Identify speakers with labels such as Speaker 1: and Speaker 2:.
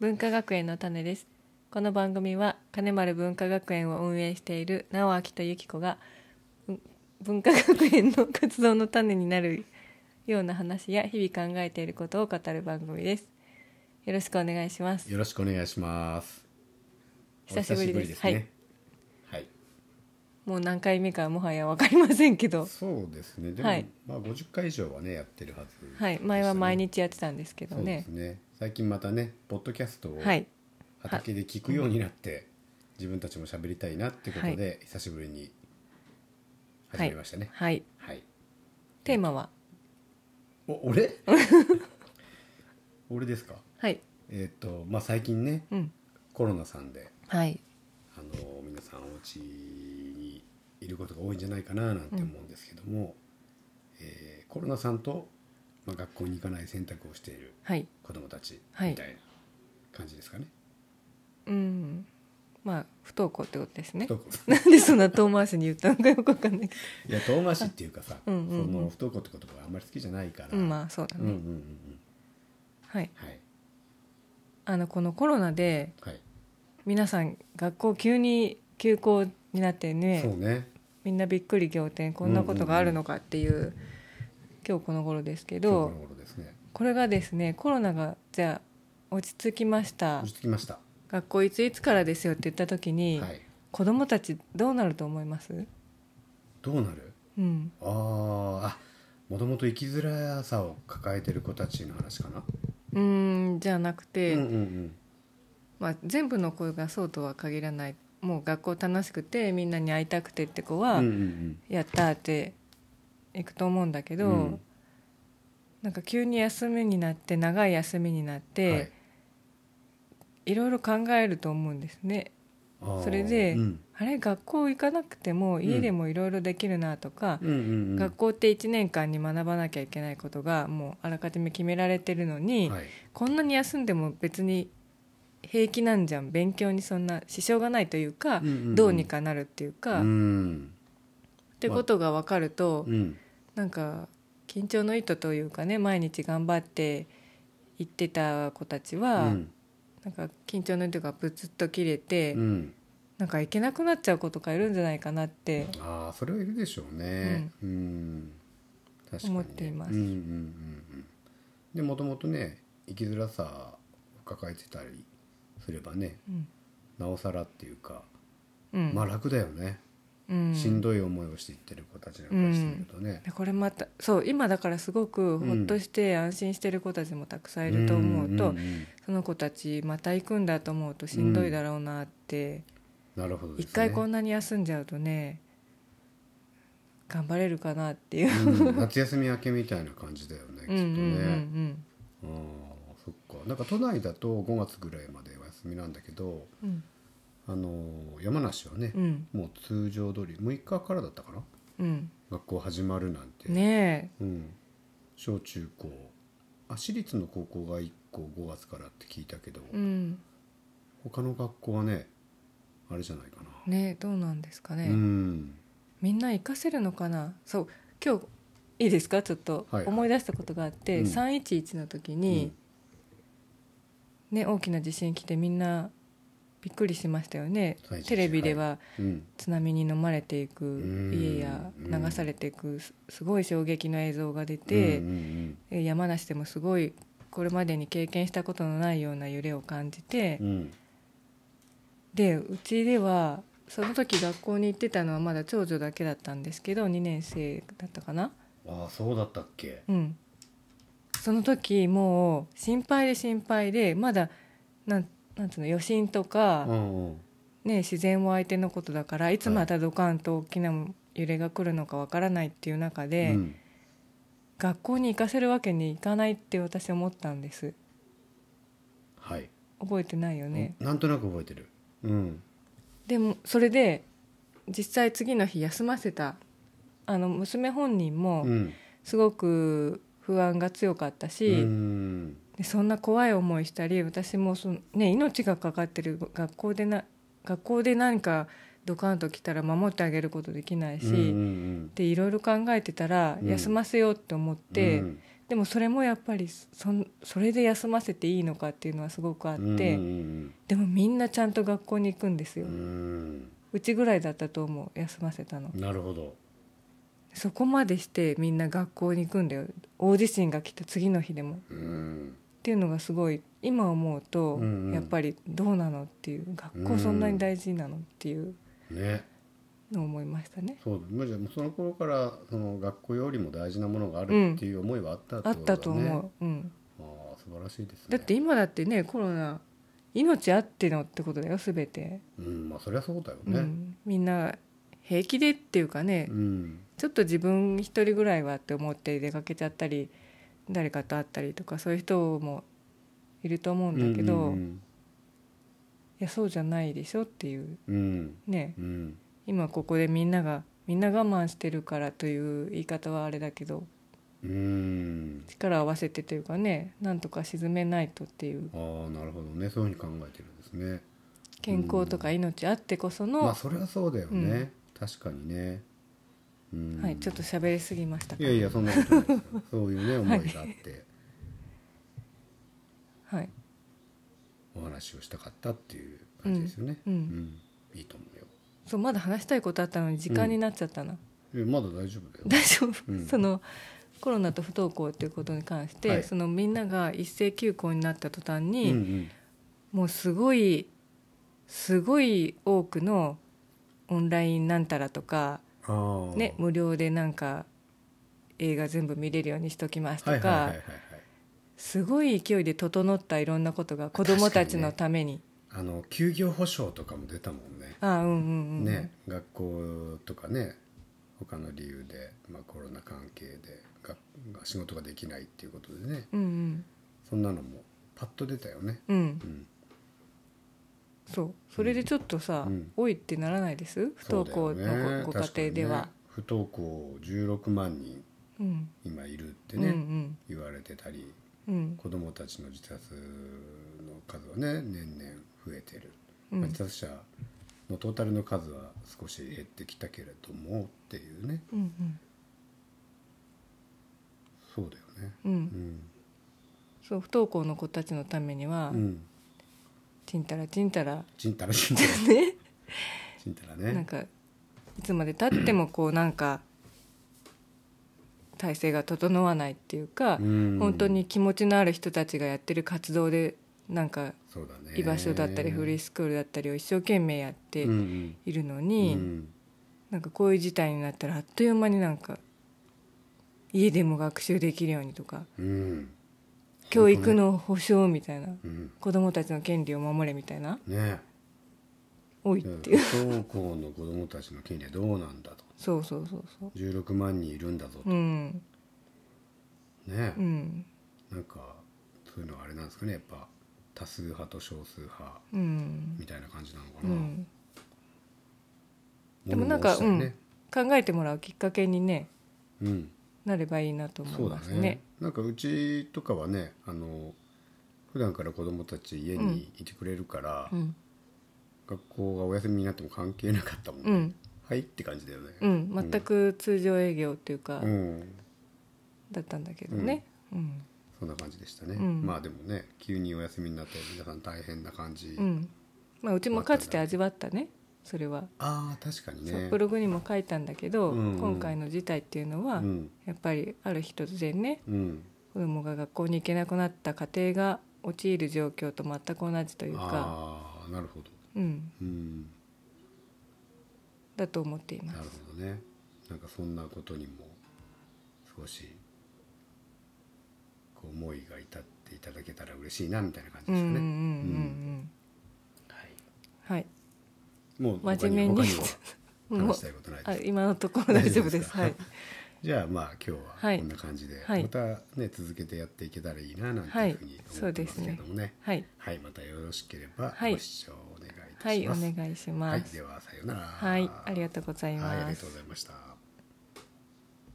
Speaker 1: 文化学園の種ですこの番組は金丸文化学園を運営している直明と由紀子がうん文化学園の活動の種になるような話や日々考えていることを語る番組ですよろしくお願いします
Speaker 2: よろしくお願いします。
Speaker 1: 久しぶりです
Speaker 2: お久しぶりはい。はい。
Speaker 1: もう何回目かもはや分かりませんけど
Speaker 2: そうですね。でも、
Speaker 1: はい
Speaker 2: まあ50回以上はねやってるはず、
Speaker 1: はい前は毎日やってたんですけど
Speaker 2: そうで
Speaker 1: ね
Speaker 2: すね。最近またねポッドキャストを
Speaker 1: はい
Speaker 2: 畑で聞くようになって、自分たちも喋りたいなってことで、久しぶりに始めましたね。
Speaker 1: はい
Speaker 2: はい。
Speaker 1: テーマは
Speaker 2: お俺？俺ですか？
Speaker 1: はい
Speaker 2: えっ、とまあ最近ね
Speaker 1: うん
Speaker 2: コロナさんで
Speaker 1: はい
Speaker 2: あの皆さんお家にいることが多いんじゃないかななんて思うんですけども、えーコロナさんと、まあ、学校に行かない選択をしている
Speaker 1: はい
Speaker 2: 子どもたち
Speaker 1: はい
Speaker 2: みたいな感じですかね。
Speaker 1: うんまあ不登校ってことですね
Speaker 2: 不登校
Speaker 1: なんでそんな遠回しに言ったのかよくわかんないけ
Speaker 2: いや遠回しっていうかさ
Speaker 1: うんうんうん
Speaker 2: その不登校って言葉があんまり好きじゃないから、
Speaker 1: ど、うん、まあそうだ
Speaker 2: うん
Speaker 1: ね、
Speaker 2: うんうんうん
Speaker 1: はい
Speaker 2: はい
Speaker 1: あのこのコロナで
Speaker 2: はい、
Speaker 1: 皆さん学校急に休校になって
Speaker 2: そ
Speaker 1: ね
Speaker 2: うね
Speaker 1: みんなびっくり仰天こんなことがあるのかっていう,、今日この頃ですけど
Speaker 2: 今日この頃ですね
Speaker 1: これがですねコロナがじゃあ落ち着きました
Speaker 2: 落ち着きました、は
Speaker 1: 学校いついつからですよって言った時に、
Speaker 2: い、
Speaker 1: 子どもたちどうなると思います、
Speaker 2: どうなる
Speaker 1: うん、
Speaker 2: あーあもともと生きづらさを抱えてる子たちの話かな、
Speaker 1: うーんじゃなくて、
Speaker 2: うんうんうん
Speaker 1: まあ、全部の子がそうとは限らないもう学校楽しくてみんなに会いたくてって子は、
Speaker 2: うんうんうん
Speaker 1: やったーって行くと思うんだけど、
Speaker 2: うん
Speaker 1: なんか急に休みになって長い休みになって、
Speaker 2: はい
Speaker 1: い、ろいろ考えると思うんですね。
Speaker 2: あー
Speaker 1: それで
Speaker 2: うん
Speaker 1: あれ学校行かなくても家でもいろいろできるなとか、
Speaker 2: うんうんうん、
Speaker 1: 学校って1年間に学ばなきゃいけないことがもうあらかじめ決められてるのに、
Speaker 2: はい、
Speaker 1: こんなに休んでも別に平気なんじゃん勉強にそんな支障がないというか、
Speaker 2: うんうんうん
Speaker 1: どうにかなるっていうか、
Speaker 2: う
Speaker 1: っ
Speaker 2: ん、
Speaker 1: てことが分かると、
Speaker 2: うん、
Speaker 1: なんか緊張の糸というかね毎日頑張って行ってた子たちは、
Speaker 2: うん
Speaker 1: なんか緊張の糸がブツッと切れて、
Speaker 2: うん、
Speaker 1: なんか行けなくなっちゃう子とかいるんじゃないかなって
Speaker 2: ああそれはいるでしょうねうん、確かに
Speaker 1: 思
Speaker 2: ね
Speaker 1: っています
Speaker 2: うんうんうんうんでもともとね生きづらさを抱えてたりすればね
Speaker 1: うん、
Speaker 2: なおさらっていうか、
Speaker 1: うん
Speaker 2: まあ楽だよね、
Speaker 1: うん
Speaker 2: しんどい思いをしていってる子たちなんかしてみるとね、
Speaker 1: でこれまたそう今だからすごくほっとして安心してる子たちもたくさんいると思うと、
Speaker 2: んんん
Speaker 1: その子たちまた行くんだと思うとしんどいだろうなって
Speaker 2: なるほどで
Speaker 1: 一、
Speaker 2: すね
Speaker 1: 回こんなに休んじゃうとね頑張れるかなっていう。
Speaker 2: うん夏休み明けみたいな感じだよねきっと
Speaker 1: うんう
Speaker 2: ね、
Speaker 1: んうんうん
Speaker 2: ああそっかなんか都内だと5月ぐらいまでお休みなんだけど
Speaker 1: うん
Speaker 2: あのー山梨はね、
Speaker 1: うん
Speaker 2: もう通常通り6日からだったかな
Speaker 1: うん
Speaker 2: 学校始まるなんて、
Speaker 1: ね
Speaker 2: うん、小中高あ私立の高校が1校5月からって聞いたけど、
Speaker 1: えうん
Speaker 2: 他の学校はねあれじゃないかな、
Speaker 1: ねえどうなんですかね、
Speaker 2: うん
Speaker 1: みんな活かせるのかなそう今日いいですかちょっと
Speaker 2: はい
Speaker 1: 思い出したことがあって、
Speaker 2: うん
Speaker 1: 311の時に、ね大きな地震来てみんなびっくりしましたよね
Speaker 2: 311
Speaker 1: テレビでは
Speaker 2: うん
Speaker 1: 津波に飲まれていく
Speaker 2: ん
Speaker 1: 家や流されていくすすごい衝撃の映像が出て、
Speaker 2: うんうん
Speaker 1: え山梨でもすごいこれまでに経験したことのないような揺れを感じて、
Speaker 2: うんうん
Speaker 1: でうちではその時学校に行ってたのはまだ長女だけだったんですけど2年生だったかな
Speaker 2: ああそうだったっけ
Speaker 1: うんその時もう心配で心配でまだなんなんつうの余震とか、
Speaker 2: うんうん
Speaker 1: ね、自然は相手のことだからいつまたドカンと大きな揺れが来るのかわからないっていう中で、
Speaker 2: うん
Speaker 1: 学校に行かせるわけにいかないって私思ったんです
Speaker 2: はい、
Speaker 1: 覚えてないよね、
Speaker 2: なんとなく覚えてるうん
Speaker 1: でもそれで実際次の日休ませたあの娘本人も
Speaker 2: うん
Speaker 1: すごく不安が強かったし、
Speaker 2: うん
Speaker 1: でそんな怖い思いしたり私もその、ね、命がかかってる学校でな学校で何かドカンと来たら守ってあげることできないし、
Speaker 2: うんうんうん
Speaker 1: でいろいろ考えてたら
Speaker 2: うん
Speaker 1: 休ませようって思って、
Speaker 2: うん
Speaker 1: でもそれもやっぱりそんそれで休ませていいのかっていうのはすごくあって、
Speaker 2: うん
Speaker 1: でもみんなちゃんと学校に行くんです
Speaker 2: うんう
Speaker 1: よ、うんちぐらいだったと思う休ませたの、
Speaker 2: うんなるほど
Speaker 1: そこまでしてみんな学校に行くんだよ大地震が来た次の日でもっ
Speaker 2: うん
Speaker 1: ていうのがすごい今思うと、
Speaker 2: うんうん
Speaker 1: やっぱりどうなのっていう学校そんなに大事なのっていう
Speaker 2: ね
Speaker 1: のを思いましたね、
Speaker 2: そうむしろその頃からその学校よりも大事なものがあるっていう思いはあったって
Speaker 1: あ
Speaker 2: こ
Speaker 1: っ
Speaker 2: とだね
Speaker 1: たと思う、うん、
Speaker 2: ああ素晴らしいですね
Speaker 1: だって今だってねコロナ命あってのってことだよ全て、
Speaker 2: うんまあそりゃそうだよ
Speaker 1: う
Speaker 2: ね
Speaker 1: ん、みんな平気でっていうかね、
Speaker 2: うん
Speaker 1: ちょっと自分一人ぐらいはって思って出かけちゃったり誰かと会ったりとかそういう人もいると思うんだけど、
Speaker 2: うん
Speaker 1: いやそうじゃないでしょっていう
Speaker 2: うん
Speaker 1: ね
Speaker 2: うんうん
Speaker 1: 今ここでみんながみんな我慢してるからという言い方はあれだけど
Speaker 2: うん
Speaker 1: 力を合わせてというかねなんとか沈めないとっていう
Speaker 2: ああなるほどねそういうふうに考えてるんですね
Speaker 1: 健康とか命あってこその、
Speaker 2: まあそれはそうだよね、確かにね、うん
Speaker 1: はい、ちょっと喋りすぎましたか
Speaker 2: いやいやそんなことないです よそういうね思いがあって
Speaker 1: はい
Speaker 2: お話をしたかったっていう感じですよね、
Speaker 1: うんうん
Speaker 2: いいと思うよ
Speaker 1: そうまだ話したいことあったのに時間になっちゃったな、
Speaker 2: えまだ大丈夫だよ
Speaker 1: 大丈夫、
Speaker 2: うん
Speaker 1: そのコロナと不登校っていうことに関して、
Speaker 2: はい
Speaker 1: そのみんなが一斉休校になった途端
Speaker 2: うん
Speaker 1: に、
Speaker 2: うん
Speaker 1: もうすごいすごい多くのオンラインなんたらとか、
Speaker 2: あー
Speaker 1: ね、無料でなんか映画全部見れるようにしときますとか、
Speaker 2: はいはいはいはいはい
Speaker 1: すごい勢いで整ったいろんなことが子どもたちのために
Speaker 2: あの休業保障とかも出たもんね
Speaker 1: ああうんうんうん、
Speaker 2: ね、学校とかね他の理由で、まあ、コロナ関係でが仕事ができないっていうことでね
Speaker 1: うんうん
Speaker 2: そんなのもパッと出たよね
Speaker 1: うん
Speaker 2: うん
Speaker 1: そうそれでちょっとさ、
Speaker 2: うん
Speaker 1: 多いってならないです不登校
Speaker 2: そうだよね
Speaker 1: のごご家庭では、
Speaker 2: 確かにね不登校16万人
Speaker 1: うん
Speaker 2: 今いるって
Speaker 1: うんう
Speaker 2: ね、
Speaker 1: ん
Speaker 2: 言われてたり
Speaker 1: うん
Speaker 2: 子どもたちの自殺の数はね年々増えてる、
Speaker 1: うん
Speaker 2: まあ自殺者のトータルの数は少し減ってきたけれどもっていうね
Speaker 1: うん
Speaker 2: そうだよね
Speaker 1: うんう
Speaker 2: うんん
Speaker 1: そう不登校の子たちのためには、
Speaker 2: うん
Speaker 1: ちんたらちんたら
Speaker 2: ちんたらちんたら ちんたら
Speaker 1: なん
Speaker 2: ね
Speaker 1: かいつまでたってもこうなんか体制が整わないっていうか、
Speaker 2: うん
Speaker 1: 本当に気持ちのある人たちがやってる活動でなんか
Speaker 2: そうだね
Speaker 1: 居場所だったりフリースクールだったりを一生懸命やって
Speaker 2: うん
Speaker 1: いるの
Speaker 2: うん
Speaker 1: に、
Speaker 2: うん
Speaker 1: なんかこういう事態になったらあっという間になんか家でも学習できるようにとか
Speaker 2: うん
Speaker 1: 教育の保障みたいな
Speaker 2: うん
Speaker 1: 子供たちの権利を守れみたいな
Speaker 2: ね
Speaker 1: 多いっ
Speaker 2: 不
Speaker 1: ていう
Speaker 2: 登校の子どもたちの権利はどうなんだと
Speaker 1: そうそうそうそ
Speaker 2: 16万人いるんだぞと
Speaker 1: ううん
Speaker 2: ね
Speaker 1: うん
Speaker 2: なんかそういうのはあれなんですかねやっぱ多数派と少数派
Speaker 1: うん
Speaker 2: みたいな感じなのか
Speaker 1: う
Speaker 2: な、
Speaker 1: んで
Speaker 2: 物
Speaker 1: もなん
Speaker 2: 申
Speaker 1: か、
Speaker 2: し
Speaker 1: う
Speaker 2: たりね
Speaker 1: ん考えてもらうきっかけにね
Speaker 2: うん、
Speaker 1: なればいいなと思
Speaker 2: そ
Speaker 1: いう
Speaker 2: だ
Speaker 1: ます
Speaker 2: ね
Speaker 1: ね
Speaker 2: なんかうちとかはねあの普段から子供たち家にいてくれるから、
Speaker 1: うん
Speaker 2: 学校がお休みになっても関係なかったもんね、
Speaker 1: うん
Speaker 2: はいって感じだよね
Speaker 1: うん全く通常営業っていうか
Speaker 2: うん
Speaker 1: だったんだけどねうん
Speaker 2: そんな感じでしたね、
Speaker 1: うん
Speaker 2: まあでもね急にお休みになって皆さん大変な感じ、
Speaker 1: うんまあうちもかつて味わったねそれは
Speaker 2: ああ確かに
Speaker 1: そう
Speaker 2: ね
Speaker 1: ブログにも書いたんだけど、
Speaker 2: うんうん
Speaker 1: 今回の事態っていうのは、
Speaker 2: うん
Speaker 1: やっぱりある日突然ね
Speaker 2: うん
Speaker 1: 子供が学校に行けなくなった家庭が陥る状況と全く同じというか、
Speaker 2: ああなるほど
Speaker 1: うん、
Speaker 2: うん
Speaker 1: だと思っていま
Speaker 2: なる
Speaker 1: す。
Speaker 2: ほどねなんかそんなことにも少しこう思いが至っていただけたら嬉しいなみたいな感じ
Speaker 1: うん
Speaker 2: で
Speaker 1: うんう
Speaker 2: す
Speaker 1: ん
Speaker 2: か
Speaker 1: うんうん、
Speaker 2: ね、
Speaker 1: はい、
Speaker 2: もう他
Speaker 1: 真
Speaker 2: に
Speaker 1: 面目
Speaker 2: 他
Speaker 1: に
Speaker 2: にも
Speaker 1: もう
Speaker 2: 話したいことない
Speaker 1: あ
Speaker 2: です
Speaker 1: 今のところ大丈夫です。はい
Speaker 2: 大丈夫、じゃあまあ今日
Speaker 1: は
Speaker 2: はいこんな感じで、
Speaker 1: はい
Speaker 2: またね続けてやっていけたらいいななんて
Speaker 1: はい
Speaker 2: いうふうに思ってますけれどもね,、はい
Speaker 1: はい、
Speaker 2: またよろしければ
Speaker 1: はい
Speaker 2: ご視聴お願いいたします、
Speaker 1: はい、お願いし
Speaker 2: はい
Speaker 1: ます。
Speaker 2: ではさようなら
Speaker 1: はい、ありがとうござい
Speaker 2: はい
Speaker 1: ま
Speaker 2: ありが
Speaker 1: す
Speaker 2: とう。ございました